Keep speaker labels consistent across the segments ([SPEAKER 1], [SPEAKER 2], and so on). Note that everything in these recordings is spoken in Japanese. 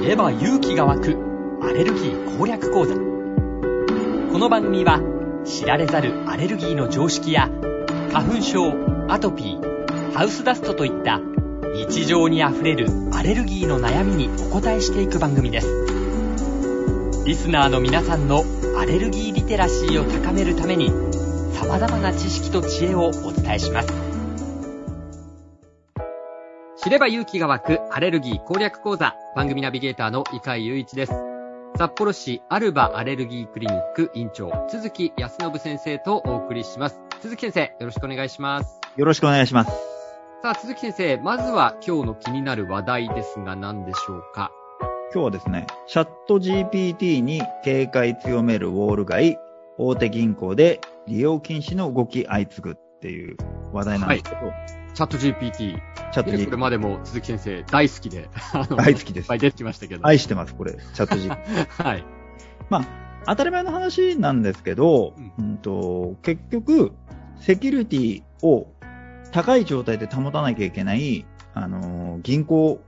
[SPEAKER 1] 知れば勇気が湧くアレルギー攻略講座この番組は知られざるアレルギーの常識や花粉症アトピーハウスダストといった日常にあふれるアレルギーの悩みにお答えしていく番組ですリスナーの皆さんのアレルギーリテラシーを高めるために様々な知識と知恵をお伝えします知れば勇気が湧くアレルギー攻略講座番組ナビゲーターの伊海雄一です。札幌市アルバアレルギークリニック院長、鈴木康信先生とお送りします。鈴木先生、よろしくお願いします。
[SPEAKER 2] よろしくお願いします。
[SPEAKER 1] さあ、鈴木先生、まずは今日の気になる話題ですが何でしょうか
[SPEAKER 2] 今日はですね、チャット GPT に警戒強めるウォール街、大手銀行で利用禁止の動き相次ぐっていう話題なんですけど、
[SPEAKER 1] チャット GPT。
[SPEAKER 2] チャット
[SPEAKER 1] ねこれ
[SPEAKER 2] GPT
[SPEAKER 1] までも鈴木先生大好きで、あの、
[SPEAKER 2] 大
[SPEAKER 1] いっ
[SPEAKER 2] 好きです
[SPEAKER 1] ぱ。い出てきましたけど。
[SPEAKER 2] 愛してます、これ、チャット GPT。
[SPEAKER 1] はい。
[SPEAKER 2] 当たり前の話なんですけど、
[SPEAKER 1] うん
[SPEAKER 2] うんと結局、セキュリティを高い状態で保たなきゃいけない、あのー銀行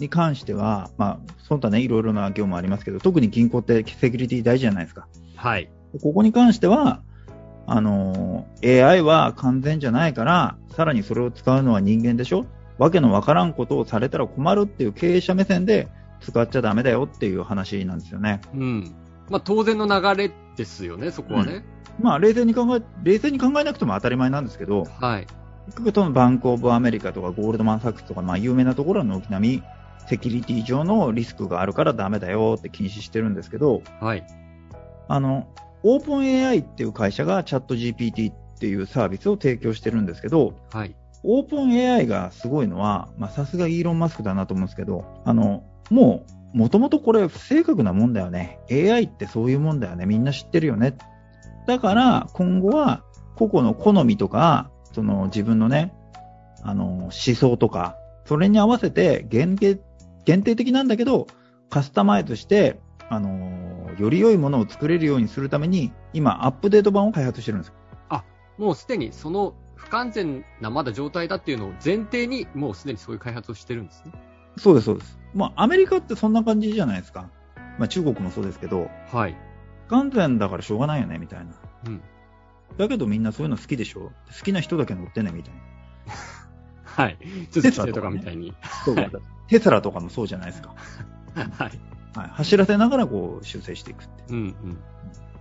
[SPEAKER 2] に関しては、まあ、その他ね、いろいろな業務ありますけど、特に銀行ってセキュリティ大事じゃないですか。
[SPEAKER 1] はい。
[SPEAKER 2] ここに関しては、あの、AI は完全じゃないから、さらにそれを使うのは人間でしょわけのわからんことをされたら困るっていう経営者目線で使っちゃダメだよっていう話なんですよね。
[SPEAKER 1] うん。まあ、当然の流れですよね、そこはね。
[SPEAKER 2] まあ、冷静に考え、冷静に考えなくても当たり前なんですけど、
[SPEAKER 1] はい。
[SPEAKER 2] 結局そのバンクオブアメリカとかゴールドマンサックスとか、まあ、有名なところの軒並み、セキュリティ上のリスクがあるからダメだよって禁止してるんですけど、
[SPEAKER 1] はい。
[SPEAKER 2] あの、オープン AI っていう会社がチャット GPT っていうサービスを提供してるんですけど、
[SPEAKER 1] はい。
[SPEAKER 2] オープン AI がすごいのは、まあさすがイーロン・マスクだなと思うんですけど、あの、もう、もともとこれ不正確なもんだよね。AI ってそういうもんだよね。みんな知ってるよね。だから、今後は、個々の好みとか、その自分のね、あの、思想とか、それに合わせて限定、限定的なんだけど、カスタマイズして、あの、より良いものを作れるようにするために、今、アップデート版を開発してるんですよ。
[SPEAKER 1] もうすでにその不完全なまだ状態だっていうのを前提に、もうすでにそういう開発をしてるんですね。
[SPEAKER 2] そうです、そうです。まあ、アメリカってそんな感じじゃないですか。まあ、中国もそうですけど、
[SPEAKER 1] はい。
[SPEAKER 2] 不完全だからしょうがないよね、みたいな。
[SPEAKER 1] うん。
[SPEAKER 2] だけどみんなそういうの好きでしょ好きな人だけ乗ってね、みたいな。
[SPEAKER 1] はい。鈴木先生とかみたいに。
[SPEAKER 2] そう テスラとかもそうじゃないですか。
[SPEAKER 1] はい。
[SPEAKER 2] はい、走らせながらこう修正していくって。
[SPEAKER 1] うんうん。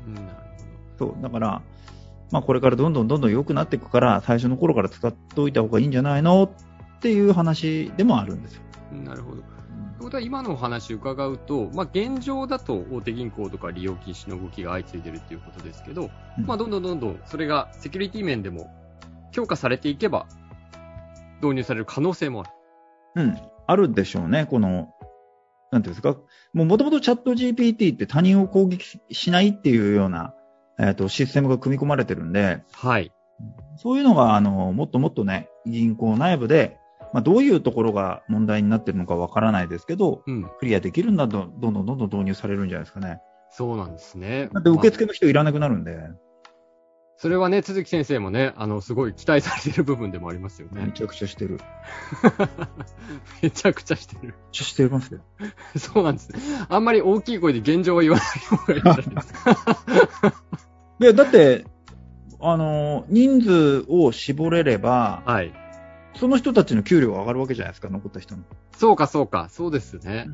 [SPEAKER 1] うんなる
[SPEAKER 2] そう。だから、まあこれからどんどんどんどん良くなっていくから、最初の頃から使っておいた方がいいんじゃないのっていう話でもあるんですよ。
[SPEAKER 1] ほど。なるほど。と
[SPEAKER 2] うん
[SPEAKER 1] いうことは今のお話伺うと、まあ現状だと大手銀行とか利用禁止の動きが相次いでるっていうことですけど、
[SPEAKER 2] うん
[SPEAKER 1] まあどんどんどんどんそれがセキュリティ面でも強化されていけば導入される可能性もある。
[SPEAKER 2] うん、あるでしょうね、この、なんていうんですか、もともとチャット GPT って他人を攻撃ししないっていうような、えっとシステムが組み込まれてるんで、
[SPEAKER 1] はい。
[SPEAKER 2] そういうのがあのもっともっとね、銀行内部で、まあ、どういうところが問題になってるのかわからないですけど、
[SPEAKER 1] うん。
[SPEAKER 2] クリアできるんだと、どんどんどんどん導入されるんじゃないですかね。
[SPEAKER 1] そうなんですね。
[SPEAKER 2] だって受付の人いらなくなるんで、
[SPEAKER 1] それはね、鈴木先生もね、あの、すごい期待されてる部分でもありますよ
[SPEAKER 2] め
[SPEAKER 1] ね。
[SPEAKER 2] ちゃくちゃしてる。めちゃ
[SPEAKER 1] めちゃくちゃしてる。
[SPEAKER 2] くちゃしてますよ。
[SPEAKER 1] そうなんですね。あんまり大きい声で現状は言わない方がいいんじゃない ですか。
[SPEAKER 2] で、だって、あの、人数を絞れれば、
[SPEAKER 1] はい。
[SPEAKER 2] その人たちの給料が上がるわけじゃないですか、残った人の。
[SPEAKER 1] そうか、そうか。そうですね。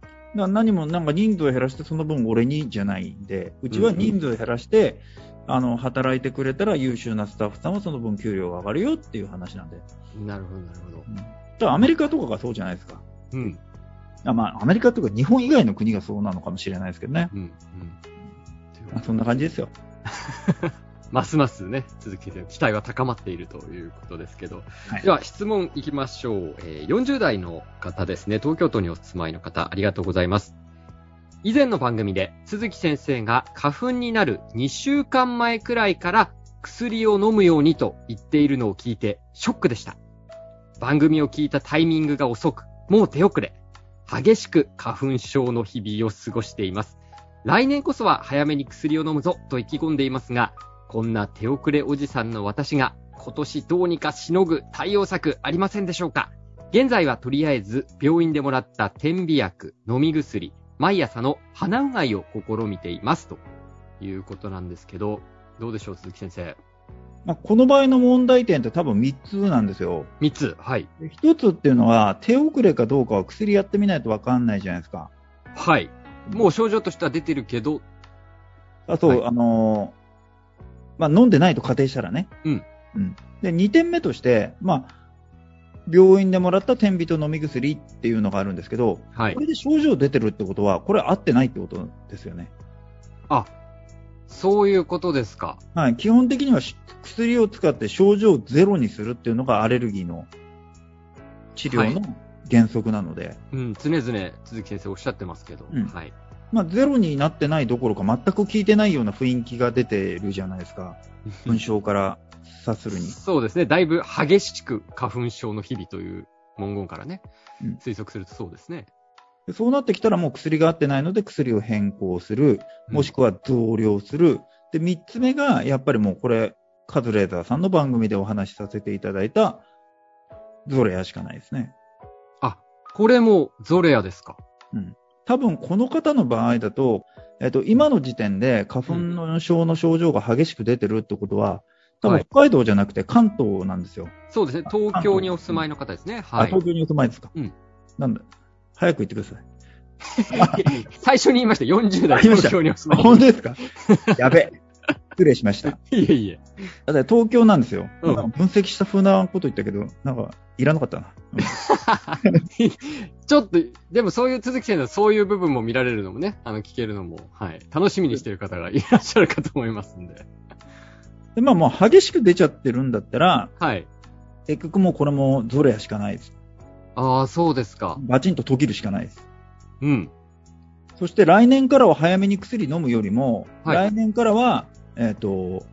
[SPEAKER 2] だから何もなんか人数を減らしてその分俺にじゃないんでうちは人数を減らして、あの働いてくれたら優秀なスタッフさんはその分給料が上がるよっていう話なんで、
[SPEAKER 1] なるほど、なるほど
[SPEAKER 2] う。ん、だからアメリカとかがそうじゃないですか
[SPEAKER 1] うん。
[SPEAKER 2] あ、まあ、アメリカというか日本以外の国がそうなのかもしれないですけどね、
[SPEAKER 1] うん。うん。というこ
[SPEAKER 2] まあ
[SPEAKER 1] とで
[SPEAKER 2] そんな感じですよ
[SPEAKER 1] ますますね、鈴木先生の期待は高まっているということですけど。
[SPEAKER 2] はい
[SPEAKER 1] では、質問いきましょう、えー40代の方ですね。東京都にお住まいの方、ありがとうございます。以前の番組で、鈴木先生が花粉になる2週間前くらいから薬を飲むようにと言っているのを聞いて、ショックでした。番組を聞いたタイミングが遅く、もう手遅れ。激しく花粉症の日々を過ごしています。来年こそは早めに薬を飲むぞと意気込んでいますが、こんな手遅れおじさんの私が今年どうにかしのぐ対応策ありませんでしょうか現在はとりあえず病院でもらった点鼻薬、飲み薬、毎朝の鼻うがいを試みていますということなんですけど、どうでしょう、鈴木先生。
[SPEAKER 2] まあ、この場合の問題点って多分3つなんですよ。
[SPEAKER 1] 3つ。はい。
[SPEAKER 2] 1つっていうのは、手遅れかどうかは薬やってみないと分かんないじゃないですか。
[SPEAKER 1] はい。もう症状としては出てるけど、
[SPEAKER 2] あと、
[SPEAKER 1] はい
[SPEAKER 2] あのーまあ、飲んでないと仮定したらね。
[SPEAKER 1] うん
[SPEAKER 2] うんで、2点目として、まあ、病院でもらった点鼻と飲み薬っていうのがあるんですけど、
[SPEAKER 1] はい
[SPEAKER 2] こ。れで症状出てるってことは、これ合ってないってことですよね。
[SPEAKER 1] そういうことですか。
[SPEAKER 2] はい、基本的にはし薬を使って症状をゼロにするっていうのがアレルギーの治療の原則なので、
[SPEAKER 1] うん、常々鈴木先生おっしゃってますけど、
[SPEAKER 2] うん
[SPEAKER 1] はい。
[SPEAKER 2] まあ、ゼロになってないどころか全く効いてないような雰囲気が出てるじゃないで すか。文章から察するに。
[SPEAKER 1] そうですね。だいぶ激しく花粉症の日々という文言からね、
[SPEAKER 2] うん
[SPEAKER 1] 推測するとそうですね。
[SPEAKER 2] でそうなってきたらもう薬が合ってないので薬を変更する、
[SPEAKER 1] うん
[SPEAKER 2] もしくは増量する。で、3つ目が、やっぱりもうこれ、カズレーザーさんの番組でお話しさせていただいた、ゾレアしかないですね。
[SPEAKER 1] これもゾレアですか。
[SPEAKER 2] 多分この方の場合だと、えっと、今の時点で花粉の症の症状が激しく出てるってことは、多
[SPEAKER 1] は
[SPEAKER 2] 分
[SPEAKER 1] い
[SPEAKER 2] 北海道じゃなくて関東なんですよ。
[SPEAKER 1] そうですね。東京にお住まいの方ですね。
[SPEAKER 2] あ、
[SPEAKER 1] はい。
[SPEAKER 2] 東京にお住まいですか。
[SPEAKER 1] うん
[SPEAKER 2] なんだ、早く言ってください。
[SPEAKER 1] 最初に言いました。40代
[SPEAKER 2] あ言いました
[SPEAKER 1] 東京にお住
[SPEAKER 2] あ
[SPEAKER 1] まい。
[SPEAKER 2] 本当ですかやべ。失礼しました。
[SPEAKER 1] いえいえ。
[SPEAKER 2] だって東京なんですよ。
[SPEAKER 1] うん
[SPEAKER 2] なんか分析した風なこと言ったけど、なんか、いらなかったな。
[SPEAKER 1] ちょっと、でもそういう、鈴木先生のそういう部分も見られるのもね、あの、聞けるのも、はい。楽しみにしてる方がいらっしゃるかと思いますんで。
[SPEAKER 2] で、まあもう激しく出ちゃってるんだったら、
[SPEAKER 1] はい。
[SPEAKER 2] 結局もうこれもゾレアしかないです。
[SPEAKER 1] ああ、そうですか。
[SPEAKER 2] バチンと途切るしかないです。
[SPEAKER 1] うん。
[SPEAKER 2] そして来年からは早めに薬飲むよりも、
[SPEAKER 1] はい
[SPEAKER 2] 来年からは、えっ、と、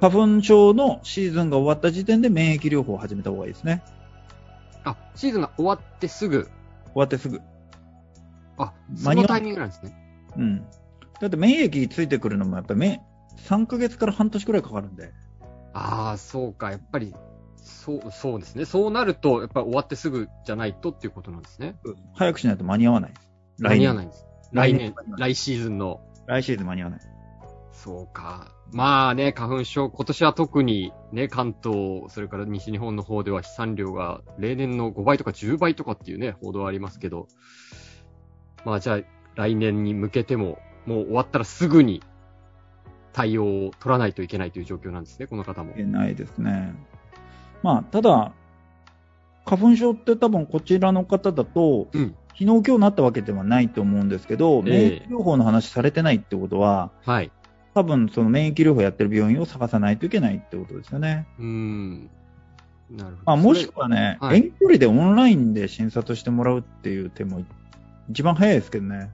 [SPEAKER 2] 花粉症のシーズンが終わった時点で免疫療法を始めた方がいいですね。
[SPEAKER 1] あ、シーズンが終わってすぐ。
[SPEAKER 2] 終わってすぐ。
[SPEAKER 1] あ、そ
[SPEAKER 2] 間に
[SPEAKER 1] の
[SPEAKER 2] 合わ
[SPEAKER 1] タイミングなんですね。
[SPEAKER 2] うん。だって免疫ついてくるのもやっぱりめ3ヶ月から半年くらいかかるんで。
[SPEAKER 1] ああ、そうか。やっぱり、そう、そうですね。そうなると、やっぱり終わってすぐじゃないとっていうことなんですね。
[SPEAKER 2] 早くしないと間に合わないです。。
[SPEAKER 1] 間に合わないいんです。来
[SPEAKER 2] 来
[SPEAKER 1] 年
[SPEAKER 2] 年、
[SPEAKER 1] 来シーズンの。
[SPEAKER 2] 来シーズン間に合わない。
[SPEAKER 1] そうか。まあね、花粉症、今年は特にね、関東、それから西日本の方では飛散量が例年の5倍とか10倍とかっていうね、報道はありますけど、まあじゃあ来年に向けても、もう終わったらすぐに対応を取らないといけないという状況なんですね、この方も
[SPEAKER 2] い。けないですね。まあ、ただ、花粉症って多分こちらの方だと、
[SPEAKER 1] うん。
[SPEAKER 2] 昨日今日なったわけではないと思うんですけど、
[SPEAKER 1] ええ
[SPEAKER 2] 免疫療法の話されてないってことは、
[SPEAKER 1] はい。
[SPEAKER 2] 多分その免疫療法やってる病院を探さないといけないってことですよね。
[SPEAKER 1] うーん。なるほど。
[SPEAKER 2] まあ、も
[SPEAKER 1] そ
[SPEAKER 2] し
[SPEAKER 1] れ
[SPEAKER 2] くはね、
[SPEAKER 1] はい
[SPEAKER 2] 遠距離でオンラインで診察してもらうっていう手も一番早いですけどね。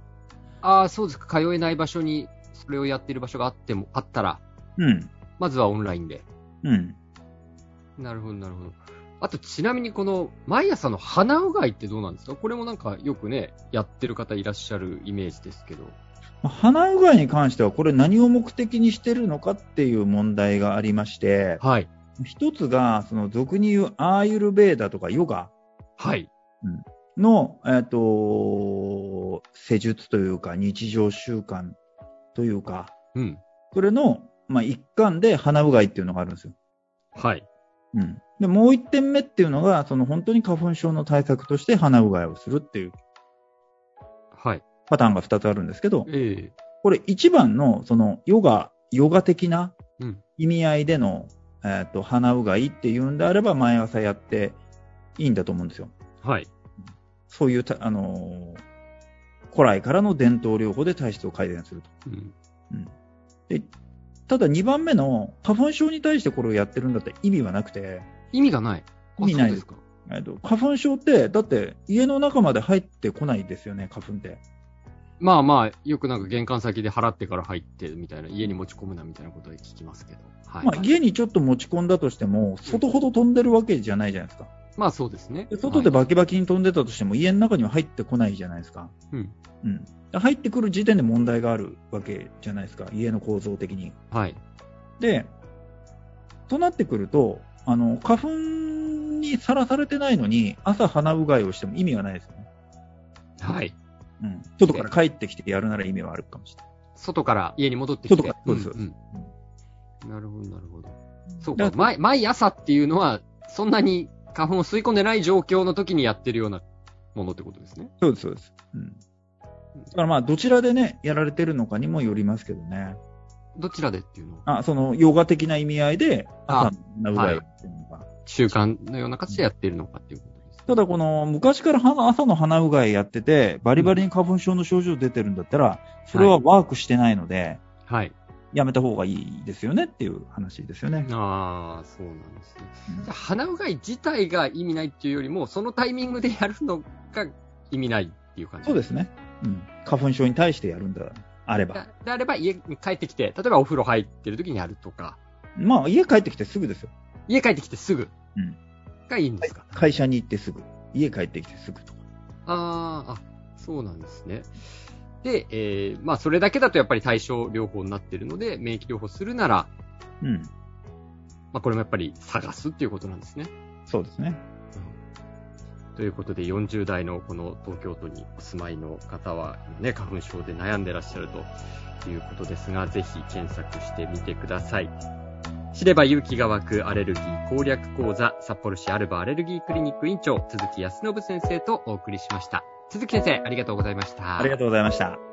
[SPEAKER 1] ああ、そうですか。通えない場所に、それをやっている場所があっても、あったら、
[SPEAKER 2] うん。
[SPEAKER 1] まずはオンラインで。
[SPEAKER 2] うん。
[SPEAKER 1] なるほど、なるほど。あと、ちなみにこの、毎朝の鼻うがいってどうなんですかこれもなんかよくね、やってる方いらっしゃるイメージですけど。
[SPEAKER 2] まあ鼻うがいに関しては、これ何を目的にしてるのかっていう問題がありまして、
[SPEAKER 1] はい。
[SPEAKER 2] 一つが、その俗に言うアーユルベーダとかヨガ
[SPEAKER 1] はい。
[SPEAKER 2] の、えっ、と、施術というか日常習慣というか、
[SPEAKER 1] うん。
[SPEAKER 2] それの、まあ、一環で鼻うがいっていうのがあるんですよ。
[SPEAKER 1] はい。
[SPEAKER 2] うん。で、もう一点目っていうのが、その本当に花粉症の対策として鼻うがいをするっていう
[SPEAKER 1] はい。
[SPEAKER 2] パターンが二つあるんですけど、
[SPEAKER 1] ええ
[SPEAKER 2] これ一番の、そのヨガ、ヨガ的な
[SPEAKER 1] うん。
[SPEAKER 2] 意味合いでの、えっ、と、鼻うがいっていうんであれば、毎朝やっていいんだと思うんですよ。
[SPEAKER 1] はい。
[SPEAKER 2] そういうた、あのー古来からの伝統療法で体質を改善すると。
[SPEAKER 1] うん。
[SPEAKER 2] でただ2番目の花粉症に対してこれをやってるんだって意味はなくて、
[SPEAKER 1] 意味がない。あ
[SPEAKER 2] 意味な
[SPEAKER 1] そう
[SPEAKER 2] いで
[SPEAKER 1] ですすか。
[SPEAKER 2] えっと、花粉症って、だって家の中まで入ってこないですよね、花粉って。
[SPEAKER 1] まあまあ、よくなんか玄関先で払ってから入ってみたいな、家に持ち込むなみたいなことは聞きますけど。はい。
[SPEAKER 2] まあ、家にちょっと持ち込んだとしても、外ほど飛んでるわけじゃないじゃないですか。
[SPEAKER 1] まあそうですね
[SPEAKER 2] で。外でバキバキに飛んでたとしても、家の中には入ってこないじゃないですか。
[SPEAKER 1] うん。
[SPEAKER 2] うん。で入ってくる時点で問題があるわけじゃないですか、家の構造的に。
[SPEAKER 1] はい。
[SPEAKER 2] で、となってくると、あの、花粉分にさらされてないのに、朝鼻うがいをしても意味がないですよね。
[SPEAKER 1] はい。
[SPEAKER 2] うん。外から帰ってきてやるなら意味はあるかもしれない。
[SPEAKER 1] 外から家に戻ってきて。
[SPEAKER 2] 外からそうです
[SPEAKER 1] んうんなるほど、なるほど。そうか、毎毎朝っていうのは、そんなに花粉を吸い込んでない状況の時にやってるようなものってことですね。
[SPEAKER 2] そうです、そうです。うん。だからまあ、どちらでね、やられてるのかにもよりますけどね。
[SPEAKER 1] どちらでっていうのは、
[SPEAKER 2] あ、その、ヨガ的な意味合いで、
[SPEAKER 1] あ
[SPEAKER 2] 朝鼻うがいをしてるのか。
[SPEAKER 1] 習慣のような形でやってるのかっていうことです。
[SPEAKER 2] ただこの昔から鼻朝の鼻うがいやってて、バリバリに花粉症の症状出てるんだったら、それはワークしてないので、
[SPEAKER 1] はい。
[SPEAKER 2] やめた方がいいですよねっていう話ですよね。
[SPEAKER 1] ああ、そうなんですね。
[SPEAKER 2] うん
[SPEAKER 1] じゃあ鼻うがい自体が意味ないっていうよりも、そのタイミングでやるのが意味ないっていう感じ
[SPEAKER 2] そうですね。うん。花粉症に対してやるんだあれば。
[SPEAKER 1] だであれば家に帰ってきて、例えばお風呂入ってる時にやるとか、
[SPEAKER 2] まあ、家帰ってきてすぐですよ。
[SPEAKER 1] 家帰ってきてすぐ
[SPEAKER 2] うん
[SPEAKER 1] がいいんですか、
[SPEAKER 2] 会社に行ってすぐ。家帰ってきてすぐとか。
[SPEAKER 1] あーあ、そうなんですね。で、えーまあそれだけだとやっぱり対症療法になってるので、免疫療法するなら、
[SPEAKER 2] うん。
[SPEAKER 1] まあこれもやっぱり探すっていうことなんですね。
[SPEAKER 2] そうですね。
[SPEAKER 1] ということで、40代のこの東京都にお住まいの方は、ね、花粉症で悩んでらっしゃるということですが、ぜひ検索してみてください。知れば勇気が湧くアレルギー攻略講座、札幌市アルバアレルギークリニック院長、鈴木康信先生とお送りしました。鈴木先生、ありがとうございました。
[SPEAKER 2] ありがとうございました。